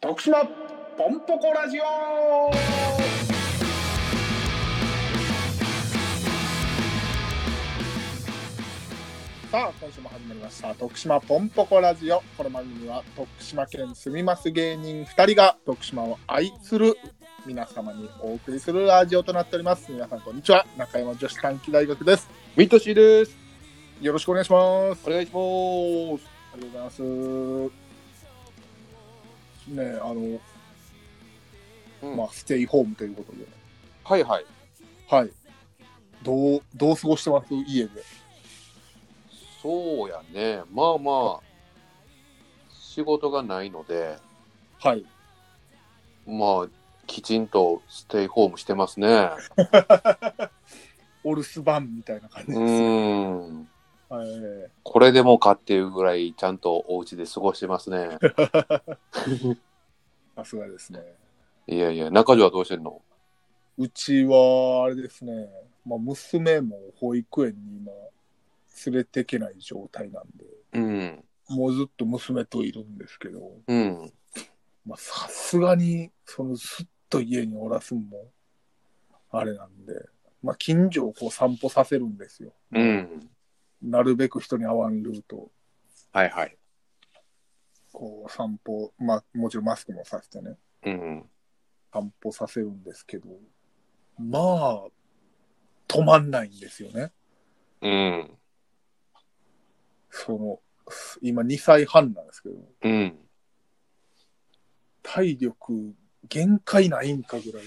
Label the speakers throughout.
Speaker 1: 徳島ポンポコラジオさあ今週も始まりました徳島ポンポコラジオこの番組は徳島県住みます芸人2人が徳島を愛する皆様にお送りするラジオとなっております皆さんこんにちは中山女子短期大学です
Speaker 2: ミッドシーです。
Speaker 1: よろしくお願いします
Speaker 2: お願いします。
Speaker 1: ありがとうございます。ねえあの、
Speaker 2: うん
Speaker 1: まあ、ステイホームということで、
Speaker 2: はいはい。
Speaker 1: はい。どう、どう過ごしてます家で。
Speaker 2: そうやね。まあまあ、仕事がないので、
Speaker 1: はい。
Speaker 2: まあ、きちんとステイホームしてますね。
Speaker 1: お留守番みたいな感じで
Speaker 2: う
Speaker 1: す。
Speaker 2: ーん。
Speaker 1: はい
Speaker 2: これでもかっていうぐらい、ちゃんとお家で過ごしてますね。
Speaker 1: さすがですね。
Speaker 2: いやいや、中条はどうしてんの
Speaker 1: うちは、あれですね、まあ、娘も保育園に今、連れてけない状態なんで、
Speaker 2: うん。
Speaker 1: もうずっと娘といるんですけど、
Speaker 2: うん。
Speaker 1: まあ、さすがに、その、ずっと家におらすんも、あれなんで、まあ、近所をこう散歩させるんですよ。
Speaker 2: うん。
Speaker 1: なるべく人に会わんルートを、
Speaker 2: はいはい。
Speaker 1: こう散歩、まあ、もちろんマスクもさせてね、
Speaker 2: うん。
Speaker 1: 散歩させるんですけど、まあ、止まんないんですよね。
Speaker 2: うん。
Speaker 1: その、今2歳半なんですけど、
Speaker 2: うん。
Speaker 1: 体力限界ないんかぐらい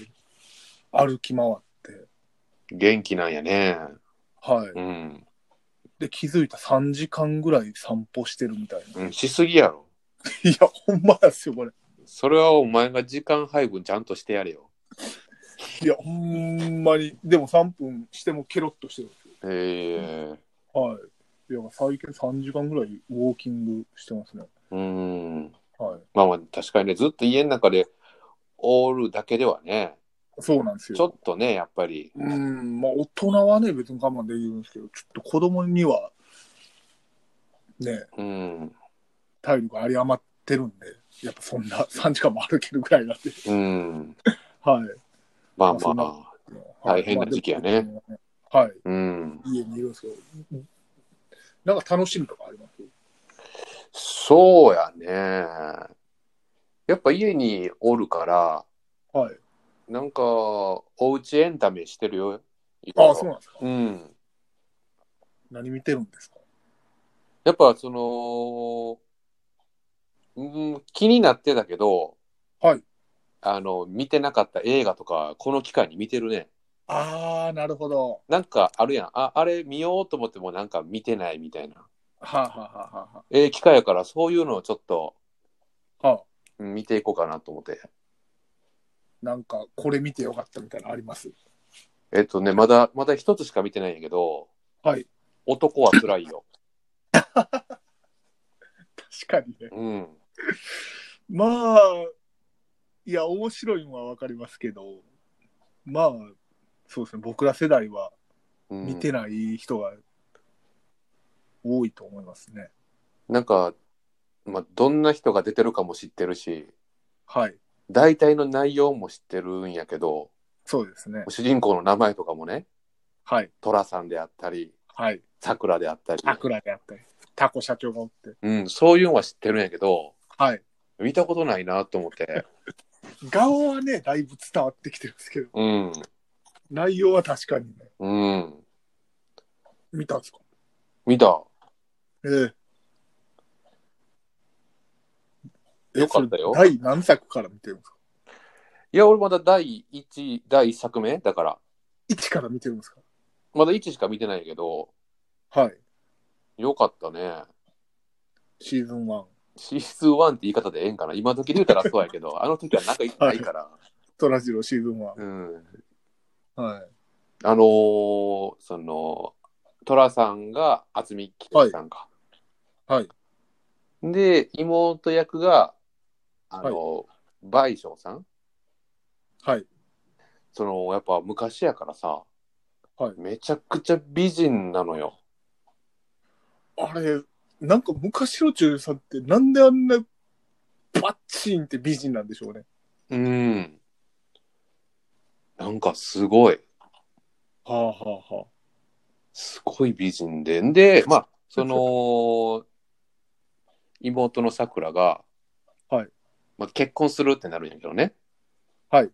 Speaker 1: 歩き回って、
Speaker 2: 元気なんやね。
Speaker 1: はい。
Speaker 2: うん。
Speaker 1: で、気づいた3時間ぐらい散歩してるみたいな。
Speaker 2: うん、しすぎやろ。
Speaker 1: いや、ほんまですよ、これ。
Speaker 2: それはお前が時間配分ちゃんとしてやれよ。
Speaker 1: いや、ほんまに。でも3分してもケロッとしてるんですよ。
Speaker 2: ええ
Speaker 1: はい。いや、最近3時間ぐらいウォーキングしてますね。
Speaker 2: うん。
Speaker 1: はい。
Speaker 2: まあまあ、確かにね、ずっと家の中でおるだけではね、
Speaker 1: そうなんですよ。
Speaker 2: ちょっとね、やっぱり。
Speaker 1: うん、まあ大人はね、別に我慢できるんですけど、ちょっと子供には、ね、
Speaker 2: うん。
Speaker 1: 体力あり余ってるんで、やっぱそんな3時間 も歩けるぐらいなんで。
Speaker 2: うん。
Speaker 1: はい。
Speaker 2: まあ
Speaker 1: まあそん
Speaker 2: ま
Speaker 1: な
Speaker 2: あ。大変な時期やね。
Speaker 1: はい。
Speaker 2: うん。
Speaker 1: 家にいるんですけど、なんか楽しみとかあります
Speaker 2: そうやね。やっぱ家におるから、
Speaker 1: はい。
Speaker 2: なんか、おうちエンタメしてるよ。
Speaker 1: ああ、そうなんですか。
Speaker 2: うん。
Speaker 1: 何見てるんですか
Speaker 2: やっぱその、うん、気になってたけど、
Speaker 1: はい。
Speaker 2: あの、見てなかった映画とか、この機会に見てるね。
Speaker 1: ああ、なるほど。
Speaker 2: なんかあるやん。あ、あれ見ようと思ってもなんか見てないみたいな。
Speaker 1: はあ、はあはあは
Speaker 2: ええ機会やから、そういうのをちょっと
Speaker 1: あ、はあ、
Speaker 2: うん見ていこうかなと思って。
Speaker 1: なんかこれ見てよかったみたいなのあります
Speaker 2: えっとね、まだ、まだ一つしか見てないんやけど、
Speaker 1: はい。
Speaker 2: 男は辛いよ。
Speaker 1: 確かにね。
Speaker 2: うん。
Speaker 1: まあ、いや、面白いのはわかりますけど、まあ、そうですね、僕ら世代は
Speaker 2: うん
Speaker 1: 見てない人が多いと思いますね。
Speaker 2: なんか、まあ、どんな人が出てるかも知ってるし、
Speaker 1: はい、
Speaker 2: 大体の内容も知ってるんやけど、
Speaker 1: そうですね。
Speaker 2: 主人公の名前とかもね、
Speaker 1: はい、
Speaker 2: 寅さんであったり、
Speaker 1: はい。
Speaker 2: さくらであったり、
Speaker 1: 桜であったり、タコ社長がおって、
Speaker 2: うん、そういうのは知ってるんやけど、
Speaker 1: はい。
Speaker 2: 見たことないなと思って、
Speaker 1: 顔はね、だいぶ伝わってきてるんですけど、
Speaker 2: うん、
Speaker 1: 内容は確かにね、
Speaker 2: うん、
Speaker 1: 見たんですか
Speaker 2: 見た。
Speaker 1: ええ
Speaker 2: よかったよ
Speaker 1: えそれ第何作から見てるんですか
Speaker 2: いや、俺まだ第1、第1作目だから、
Speaker 1: 一から見てるんですか
Speaker 2: まだ1しか見てないけど、
Speaker 1: はい。
Speaker 2: よかったね。
Speaker 1: シーズン1。
Speaker 2: シーズン1って言い方でええんかな。今時で言うたらそうや けど、あの時はなんかないから。
Speaker 1: トラジロシーズン1。
Speaker 2: うん。
Speaker 1: はい。
Speaker 2: あのーその、寅さんが渥美清さんか。
Speaker 1: はい
Speaker 2: で、妹役が、あのー倍賞さん
Speaker 1: はい。
Speaker 2: その、やっぱ昔やからさ、
Speaker 1: はい
Speaker 2: めちゃくちゃ美人なのよ。
Speaker 1: あれ、なんか昔の女優さんってなんであんなバッチンって美人なんでしょうね。
Speaker 2: うん。なんかすごい、
Speaker 1: はあはあは
Speaker 2: すごい美人で。 で、まあ、その、妹のさくらが、
Speaker 1: はい
Speaker 2: まあ、結婚するってなるんやけどね。
Speaker 1: はい。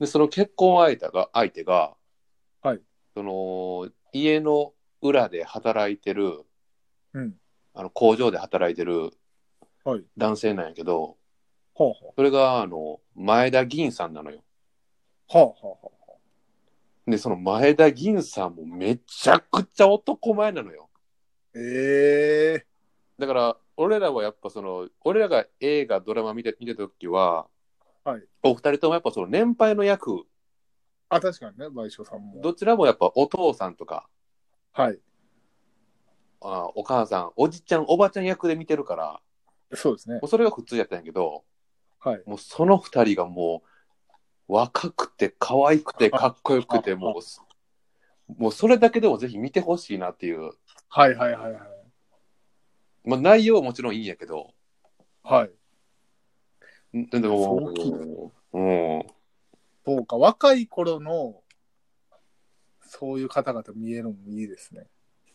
Speaker 2: で、その結婚相手が、相手が、
Speaker 1: はい。
Speaker 2: その、家の裏で働いてる、
Speaker 1: うん
Speaker 2: あの工場で働いてる
Speaker 1: あ。はい。
Speaker 2: 男性なんやけど、
Speaker 1: はあは
Speaker 2: それが、あの、前田銀さんなのよ。
Speaker 1: あ。はあはあはあ。
Speaker 2: で、その前田銀さんもめちゃくちゃ男前なのよ。
Speaker 1: ええ
Speaker 2: だから、俺らはやっぱその、俺らが映画、ドラマ見て見てた時は、
Speaker 1: はい
Speaker 2: お二人ともやっぱその年配の役、
Speaker 1: あ、確かにね、賠償さんも。
Speaker 2: どちらもやっぱお父さんとか、
Speaker 1: はい。
Speaker 2: あお母さん、おじちゃん、おばちゃん役で見てるから、
Speaker 1: そうですね
Speaker 2: も。うそれが普通やったんやけど、
Speaker 1: はい。
Speaker 2: もうその二人がもう、若くて、可愛くて、かっこよく て、もう、もうそれだけでもぜひ見てほしいなっていう、
Speaker 1: はいはいはいはい。
Speaker 2: まあ内容はもちろんいいんやけど、
Speaker 1: はい。
Speaker 2: ででも
Speaker 1: そう聞、
Speaker 2: うん、
Speaker 1: そうか、若い頃の、そういう方々見えるのもいいですね。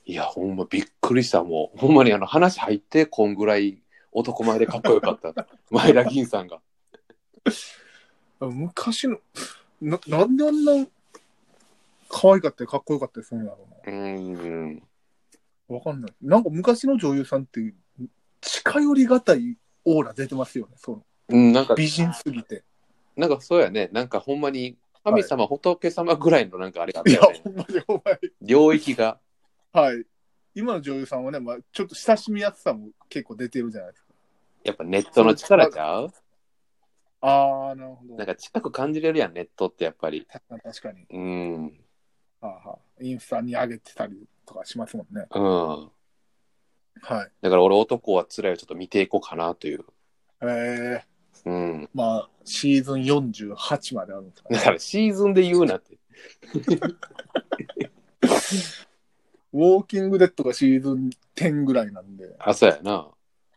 Speaker 2: いや、ほんまびっくりした、もう、ほんまにあの話入って、こんぐらい男前でかっこよ かった、前田銀さんが。
Speaker 1: 昔の、な、なんであんな、可愛かったりかっこよかったりするんだろう
Speaker 2: うん、
Speaker 1: な。わかんない。なんか昔の女優さんって、近寄りがたいオーラ出てますよね。その
Speaker 2: うん、なんか、
Speaker 1: 美人すぎて。
Speaker 2: なんかそうやね、なんかほんまに、神様、仏様ぐらいのなんかあれがあっ
Speaker 1: いや、
Speaker 2: たよね
Speaker 1: ほんまにお前。
Speaker 2: 領域が。
Speaker 1: はい。今の女優さんはね、まあ、ちょっと親しみやすさも結構出てるじゃないですか。
Speaker 2: やっぱネットの力ちゃう
Speaker 1: ああ、なるほど。
Speaker 2: なんか近く感じれるやん、ネットってやっぱり。
Speaker 1: 確かに確かに。
Speaker 2: うん。うん。
Speaker 1: はあはあ、インスタに上げてたりとかしますもんね。はい。
Speaker 2: だから俺男は辛いをちょっと見ていこうかなという。
Speaker 1: ええ
Speaker 2: うん。
Speaker 1: まあ、シーズン48まであるんですか
Speaker 2: だ
Speaker 1: ね。
Speaker 2: からシーズンで言うなって。
Speaker 1: ウォーキングデッドがシーズン10ぐらいなんで、
Speaker 2: あ、そうやな。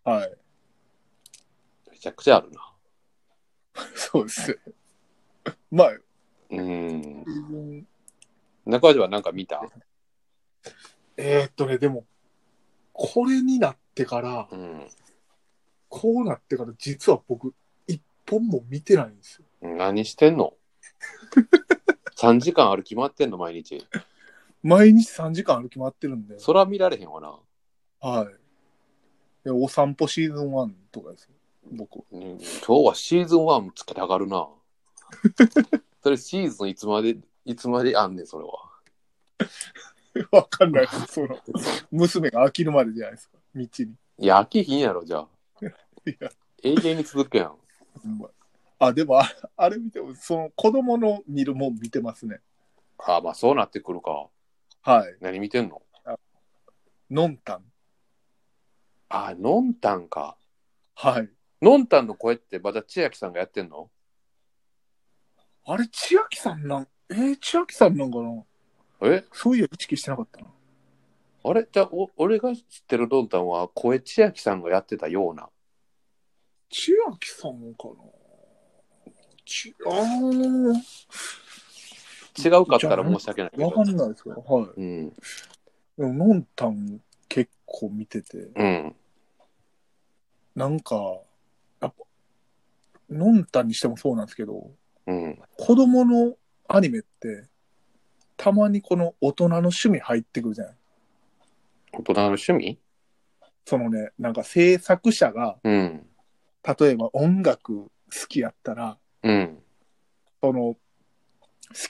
Speaker 1: はい。
Speaker 2: めちゃくちゃあるな。
Speaker 1: そうですね。まあ、
Speaker 2: うん。
Speaker 1: シーズン
Speaker 2: 中島はなんか見た
Speaker 1: えー、っとね、でも、これになってから、
Speaker 2: うん。
Speaker 1: こうなってから、実は僕、一本も見てないんですよ。
Speaker 2: 何してんの ?3 時間歩き回ってんの毎日。
Speaker 1: 毎日3時間歩き回ってるんで、
Speaker 2: そら見られへんわな。
Speaker 1: はい。で、お散歩シーズン1とかですよ。僕。
Speaker 2: うん今日はシーズン1つけたがるな。それシーズンいつまで、いつまであんねん、それは。
Speaker 1: わかんない。その、娘が飽きるまでじゃないですか。道に。
Speaker 2: いや、飽きひんやろ、じゃあ。
Speaker 1: いや、
Speaker 2: 永遠に続くやん。
Speaker 1: ほんまあ、でも、ああれ見ても、その子供の見るもん見てますね。
Speaker 2: あまあそうなってくるか。
Speaker 1: はい。
Speaker 2: 何見てんの
Speaker 1: のんたん。
Speaker 2: あ、のんたんか。
Speaker 1: はい。
Speaker 2: のんたんの声ってまた千秋さんがやってんの
Speaker 1: あれ、千秋さんなん、えー、千秋さんなんかな
Speaker 2: え
Speaker 1: そういや、意識してなかったな。
Speaker 2: あれじゃあお、俺が知ってるのんたんは声千秋さんがやってたような。
Speaker 1: 千秋さんかなち、あー
Speaker 2: 違うかったら申し訳ないけど。
Speaker 1: わかんないですけど、はい。
Speaker 2: うん。
Speaker 1: でも、のんたん結構見てて、
Speaker 2: うん。
Speaker 1: なんか、やっぱ、のんたんにしてもそうなんですけど、
Speaker 2: うん。
Speaker 1: 子供のアニメって、たまにこの大人の趣味入ってくるじゃない
Speaker 2: 大人の趣味
Speaker 1: そのね、なんか制作者が、
Speaker 2: うん。
Speaker 1: 例えば音楽好きやったら、
Speaker 2: うん。
Speaker 1: その、好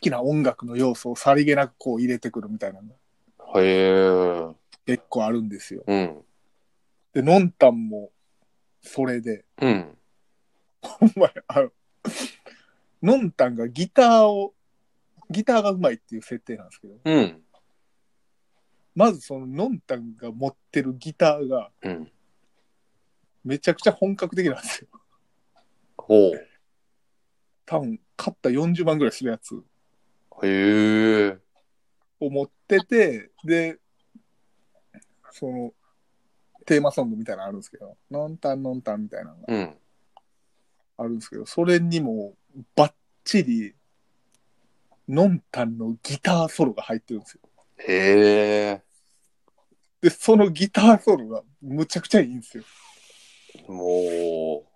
Speaker 1: きな音楽の要素をさりげなくこう入れてくるみたいなのが
Speaker 2: へえ。
Speaker 1: 結構あるんですよ。
Speaker 2: うん。
Speaker 1: で、のんたんも、それ で、
Speaker 2: うん。
Speaker 1: ほんまやあの、のんたんがギターを、ギターがうまいっていう設定なんですけど、
Speaker 2: うん。
Speaker 1: まずそののんたんが持ってるギターが、
Speaker 2: うん。
Speaker 1: めちゃくちゃ本格的なんですよ
Speaker 2: ほう。
Speaker 1: 多分買った40万ぐらいするやつ
Speaker 2: へえ。
Speaker 1: を持っててでそのテーマソングみたいなのあるんですけど「のんたんのんたん」みたいなのが
Speaker 2: うん。
Speaker 1: あるんですけど、それにもバッチリ、のんたんのギターソロが入ってるんですよ。
Speaker 2: へえ。
Speaker 1: で、そのギターソロがむちゃくちゃいいんですよ。
Speaker 2: も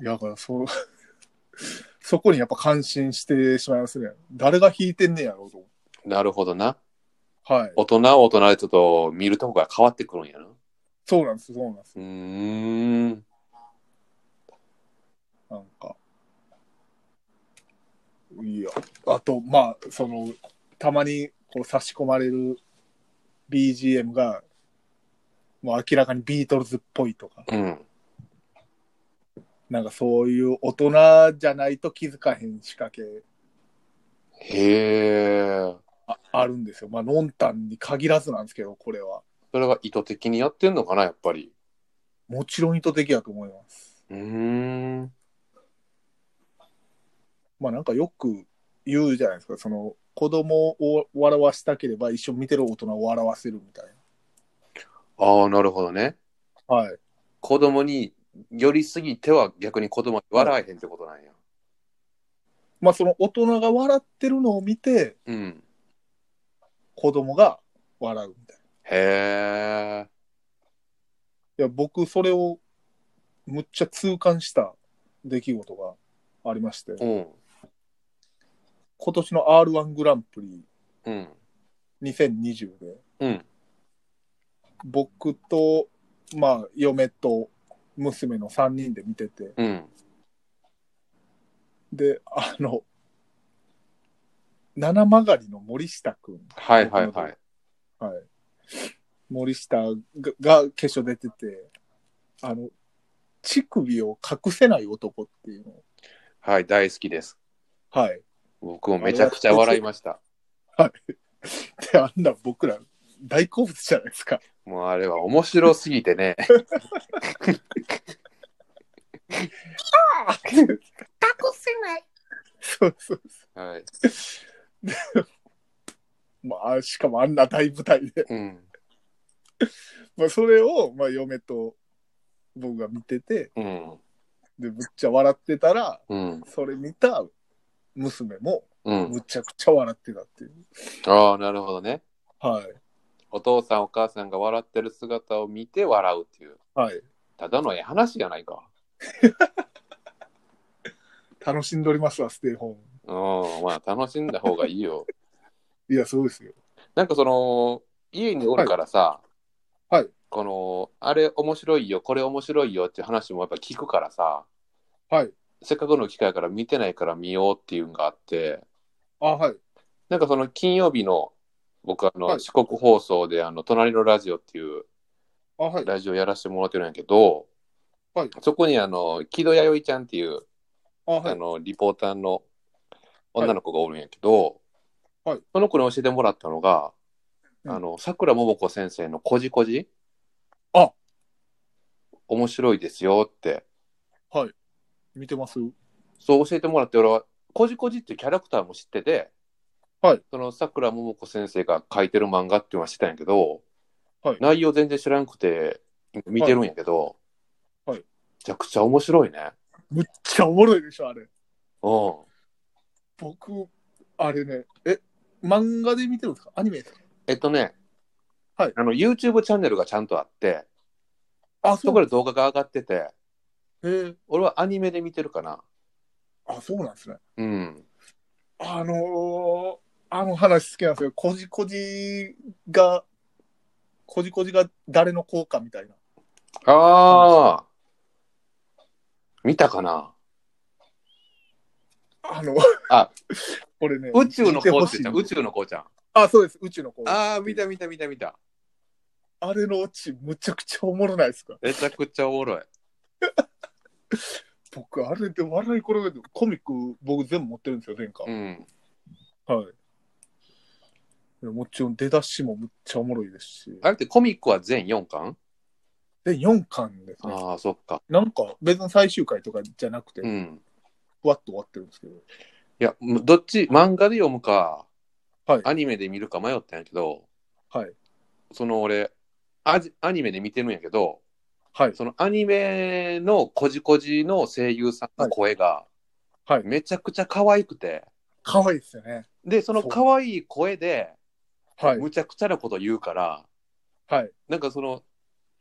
Speaker 1: いやだから、そう、 そこにやっぱ感心してしまいますね。誰が弾いてんねやろうと。
Speaker 2: う、なるほどな。
Speaker 1: はい。
Speaker 2: 大人は大人でちょっと見るとこが変わってくるんやな。
Speaker 1: そうなんです、そうなんです。
Speaker 2: うーん。
Speaker 1: なんか。いや、あと、まあ、その、たまにこう差し込まれる BGM が、もう明らかにビートルズっぽいとか、
Speaker 2: うん。
Speaker 1: なんかそういう大人じゃないと気づかへん仕掛け
Speaker 2: へえ。
Speaker 1: ああるんですよ。まあ、ノンタンに限らずなんですけど、これは。
Speaker 2: それは意図的にやってんのかな、やっぱり。
Speaker 1: もちろん意図的やと思います。
Speaker 2: うーん。
Speaker 1: まあなんかよく言うじゃないですか、その子供を笑わしたければ一緒に見てる大人を笑わせるみたい
Speaker 2: ああ、なるほどね。
Speaker 1: な。はい。
Speaker 2: 子供に寄りすぎては逆に子供に笑えへんってことなんや。
Speaker 1: まあその大人が笑ってるのを見て
Speaker 2: うん。
Speaker 1: 子供が笑うみたいな。
Speaker 2: へえ。
Speaker 1: いや、僕それをむっちゃ痛感した出来事がありまして、
Speaker 2: うん。
Speaker 1: 今年の R1 グランプリ
Speaker 2: うん。
Speaker 1: 2020で、
Speaker 2: うん。
Speaker 1: 僕と、まあ嫁と娘の3人で見てて、
Speaker 2: うん。
Speaker 1: で、あの、七曲がりの森下くん、
Speaker 2: はいはいはい。
Speaker 1: はい。森下がが決勝出てて、あの、乳首を隠せない男っていうの。
Speaker 2: はい、大好きです。
Speaker 1: はい。
Speaker 2: 僕もめちゃくちゃ笑いました。
Speaker 1: で、あんな僕ら大好物じゃないですか。
Speaker 2: もうあれは面白すぎてね。
Speaker 1: 隠せないそうそうそ
Speaker 2: はい。
Speaker 1: う。まあ、しかもあんな大舞台で。
Speaker 2: うん。
Speaker 1: まあ、それを、まあ、嫁と僕が見てて、
Speaker 2: うん。
Speaker 1: で、むっちゃ笑ってたら、
Speaker 2: うん。
Speaker 1: それ見た娘も、
Speaker 2: うん。
Speaker 1: むちゃくちゃ笑ってたっていう。
Speaker 2: ああ、なるほどね。
Speaker 1: はい。
Speaker 2: お父さんお母さんが笑ってる姿を見て笑うっていう。
Speaker 1: はい。
Speaker 2: ただのええ話じゃないか。
Speaker 1: 楽しんでおりますわ、ステイホー
Speaker 2: うん。まあ楽しんだ方がいいよ。
Speaker 1: ム。いや、そうですよ。
Speaker 2: なんかその、家におるからさ、
Speaker 1: はいはい
Speaker 2: この、あれ面白いよ、これ面白いよっていう話もやっぱ聞くからさ、
Speaker 1: はい。
Speaker 2: せっかくの機会やから見てないから見ようっていうのがあって、
Speaker 1: あ、はい。
Speaker 2: なんかその金曜日の僕あの、
Speaker 1: はい
Speaker 2: 四国放送であの隣のラジオっていう
Speaker 1: あ、はい。
Speaker 2: ラジオやらせてもらってるんやけど、
Speaker 1: はい
Speaker 2: そこにあの木戸弥生ちゃんっていう、
Speaker 1: あ、は
Speaker 2: あ
Speaker 1: い。
Speaker 2: のリポーターの女の子がおるんやけど、
Speaker 1: はい
Speaker 2: その子に教えてもらったのが、
Speaker 1: うん
Speaker 2: あのさくらももこ先生の「こじこじ」
Speaker 1: あ
Speaker 2: 面白いですよって
Speaker 1: 見てます
Speaker 2: そう教えてもらって俺は「こじこじ」っていうキャラクターも知ってて、
Speaker 1: はい
Speaker 2: そのさくらももこ先生が書いてる漫画っていうのは知ってたんやけど、
Speaker 1: はい
Speaker 2: 内容全然知らんくて今見てるんやけど、
Speaker 1: はいはい
Speaker 2: めちゃくちゃ面白いね。
Speaker 1: むっちゃおもろいでしょ、あれ。
Speaker 2: うん
Speaker 1: 僕、あれね、え、漫画で見てるんですかアニメですか
Speaker 2: えっとね、
Speaker 1: はい
Speaker 2: あの YouTube チャンネルがちゃんとあって、
Speaker 1: あ、
Speaker 2: そこで動画が上がってて、
Speaker 1: へえ。
Speaker 2: 俺はアニメで見てるかな。
Speaker 1: あ、そうなんですね。
Speaker 2: うん。
Speaker 1: あのー、あの話好きなんですよ。こじこじが、こじこじが誰の効果みたいな。
Speaker 2: ああ。見たかな
Speaker 1: あの、
Speaker 2: あ、
Speaker 1: これね。
Speaker 2: 宇宙の
Speaker 1: 見て
Speaker 2: 子
Speaker 1: ほ
Speaker 2: っ
Speaker 1: してい
Speaker 2: 言った宇宙の子ちゃん。
Speaker 1: あ、そうです。宇宙の効果。
Speaker 2: ああ、見た見た見た見た。
Speaker 1: あれのオチ、むちゃくちゃおもろないですか
Speaker 2: めちゃくちゃおもろい。
Speaker 1: 僕、あれで笑い転げて、コミック僕全部持ってるんですよ、前回。
Speaker 2: うん。
Speaker 1: はいいや。もちろん出だしもむっちゃおもろいですし。
Speaker 2: あれってコミックは全4巻
Speaker 1: で、4巻ですね。
Speaker 2: ああ、そっか。
Speaker 1: なんか別の最終回とかじゃなくて
Speaker 2: う、ん。
Speaker 1: ふわっと終わってるんですけど。
Speaker 2: いや、むどっち、漫画で読むか、
Speaker 1: はい
Speaker 2: アニメで見るか迷ったんやけど、
Speaker 1: はい。
Speaker 2: その俺、アジアニメで見てるんやけど、
Speaker 1: はい。
Speaker 2: そのアニメのこじこじの声優さんの声が
Speaker 1: はいはい、
Speaker 2: めちゃくちゃ可愛くて、
Speaker 1: 可愛いですよね。
Speaker 2: で、その
Speaker 1: そう
Speaker 2: 可愛い声で、
Speaker 1: はい。
Speaker 2: むちゃくちゃなこと言うから、
Speaker 1: はい。、
Speaker 2: なんかその、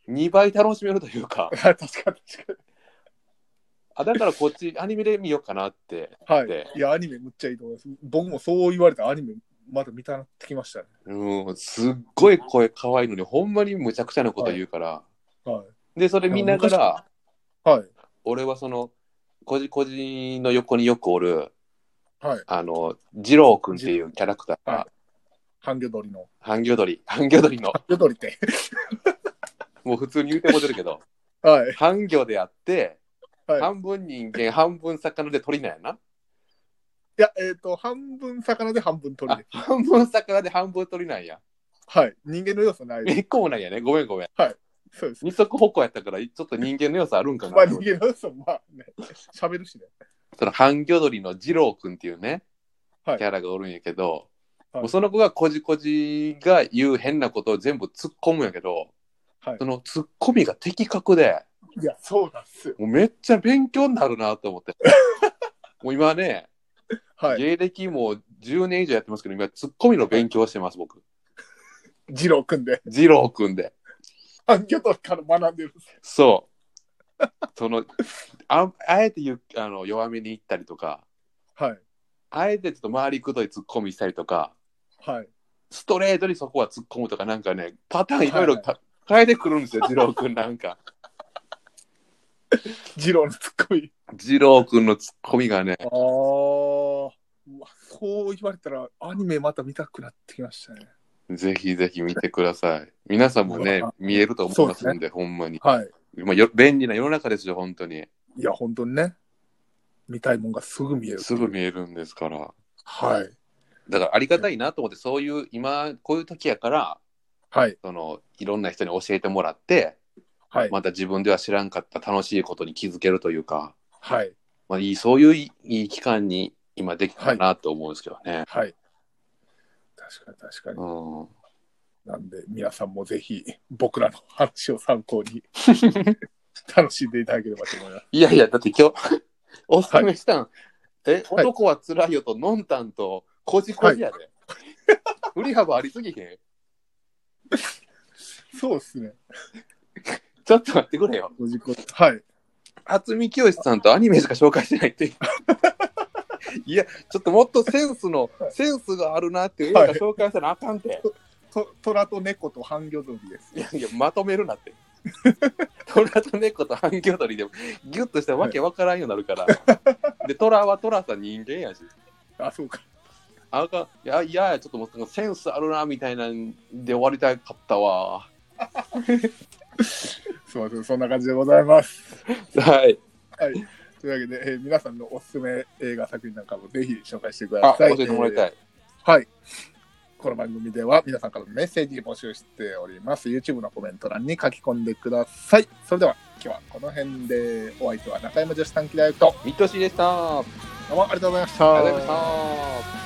Speaker 2: 2倍楽しめるというか
Speaker 1: 確かに確か
Speaker 2: あ、だからこっちアニメで見ようかなって。
Speaker 1: に。はい
Speaker 2: で。
Speaker 1: いや、アニメむっちゃいいと思います。僕もそう言われたらアニメまだ見たなってきましたね。
Speaker 2: うん、すっごい声可愛いのに、ほんまにむちゃくちゃなこと言うから。
Speaker 1: は
Speaker 2: で、それ見なが
Speaker 1: いや
Speaker 2: ら、
Speaker 1: い。はい。
Speaker 2: 俺はその、こじこじの横によくおる、
Speaker 1: はい。
Speaker 2: あの、二郎くんっていうキャラクター
Speaker 1: はい
Speaker 2: が、
Speaker 1: ハンギョドリの。
Speaker 2: ハンギョ ドリ、ハンギョドリの
Speaker 1: ハ、ンギョドリって。
Speaker 2: もう普通に言うても出るけど、
Speaker 1: はい。
Speaker 2: ハンギョであって、
Speaker 1: はい
Speaker 2: 半分人間、半分魚で鳥なんやな。
Speaker 1: いや、えっ、と、半分魚で半分鳥
Speaker 2: あ
Speaker 1: で。
Speaker 2: 半分魚で半分鳥なんや。
Speaker 1: はい。人間の要素ないです。
Speaker 2: 一個もないやね。ごめんごめん。
Speaker 1: そうです。
Speaker 2: 二足歩行やったから、ちょっと人間の要素あるんか
Speaker 1: まあ
Speaker 2: なと
Speaker 1: 人
Speaker 2: 思
Speaker 1: 間
Speaker 2: って。
Speaker 1: の要素、まあね、喋るしね。
Speaker 2: そのハンギョドリの二郎くんっていうね、
Speaker 1: はい
Speaker 2: キャラがおるんやけど、
Speaker 1: はい
Speaker 2: もうその子がこじこじが言う変なことを全部突っ込むんやけど、
Speaker 1: はい
Speaker 2: その突っ込みが的確で、
Speaker 1: いや、そうなんですよ。
Speaker 2: もうめっちゃ勉強になるなと 思って。もう今ね、
Speaker 1: はい。
Speaker 2: 芸歴もう10年以上やってますけど、今、ツッコミの勉強してます、僕。
Speaker 1: 二郎組んで、
Speaker 2: 二郎くんで。
Speaker 1: ハンギョドリから学んでるんですよ。
Speaker 2: そう。その、ああえてゆあの弱めに行ったりとか、
Speaker 1: はい。
Speaker 2: あえてちょっと周りくどいツッコミしたりとか、
Speaker 1: はい。
Speaker 2: ストレートにそこは突っ込むとか、なんかね、パターンいろい
Speaker 1: は
Speaker 2: ろ
Speaker 1: い
Speaker 2: た変えてくるんですよ、二郎くんなんか。
Speaker 1: 二郎のツッコミ。
Speaker 2: 二郎くんのツッコミがね、
Speaker 1: ああ。うわそう言われたら、アニメまた見たくなってきましたね。
Speaker 2: ぜひぜひ見てください。皆さんもね
Speaker 1: うわ、
Speaker 2: 見えると思いますんで、ほんまに。
Speaker 1: はい。
Speaker 2: まあ、よ便利な世の中ですよ、本当に。
Speaker 1: いや、本当にね。見たいもんがすぐ見える。
Speaker 2: すぐ見えるんですから。
Speaker 1: はい。
Speaker 2: だからありがたいなと思って、そういう、今、こういう時やから、
Speaker 1: はい。
Speaker 2: その、いろんな人に教えてもらって、
Speaker 1: はい。
Speaker 2: また自分では知らんかった楽しいことに気づけるというか、
Speaker 1: はい。
Speaker 2: まあ、いい、そういういいいい期間に今できたなと思うんですけどね。
Speaker 1: はい。確かに確かに。
Speaker 2: うん。
Speaker 1: なんで、皆さんもぜひ、僕らの話を参考 に、楽しんでいただければと思います。
Speaker 2: いやいや、だって今日、おすすめしたん、え、男はつらいよと、のんたんと、こじこじやで。振り幅ありすぎへん
Speaker 1: そうですね。
Speaker 2: ちょっと待ってくれよ。
Speaker 1: ご自己はい。
Speaker 2: 渥美清さんとアニメしか紹介してない っていう。いや、ちょっともっとセンスの、センスがあるなっていう映画紹介したらあかんて。
Speaker 1: と虎と猫とハンギョドリです。
Speaker 2: いやいや、まとめるなって。虎と猫と反響鳥でも、ギュッとしたらわけわからんようになるから。で、虎は虎さん人間やし。
Speaker 1: あ、そうか。
Speaker 2: あかん、いやいや、ちょっともうセンスあるなみたいなんで終わりたかったわ。
Speaker 1: すみません、そんな感じでございます。
Speaker 2: はい。
Speaker 1: はい。というわけで、えー皆さんのおすすめ映画作品なんかもぜひ紹介してくだ
Speaker 2: あ、
Speaker 1: さい。
Speaker 2: 教えてもらいたい。
Speaker 1: えーはい。この番組では皆さんからのメッセージ募集しております。YouTube のコメント欄に書き込んでください。それでは今日はこの辺でお相手は中山女子短期大学と
Speaker 2: ミッドシーでした。あり
Speaker 1: どうもありがとうございました。
Speaker 2: がとうございました。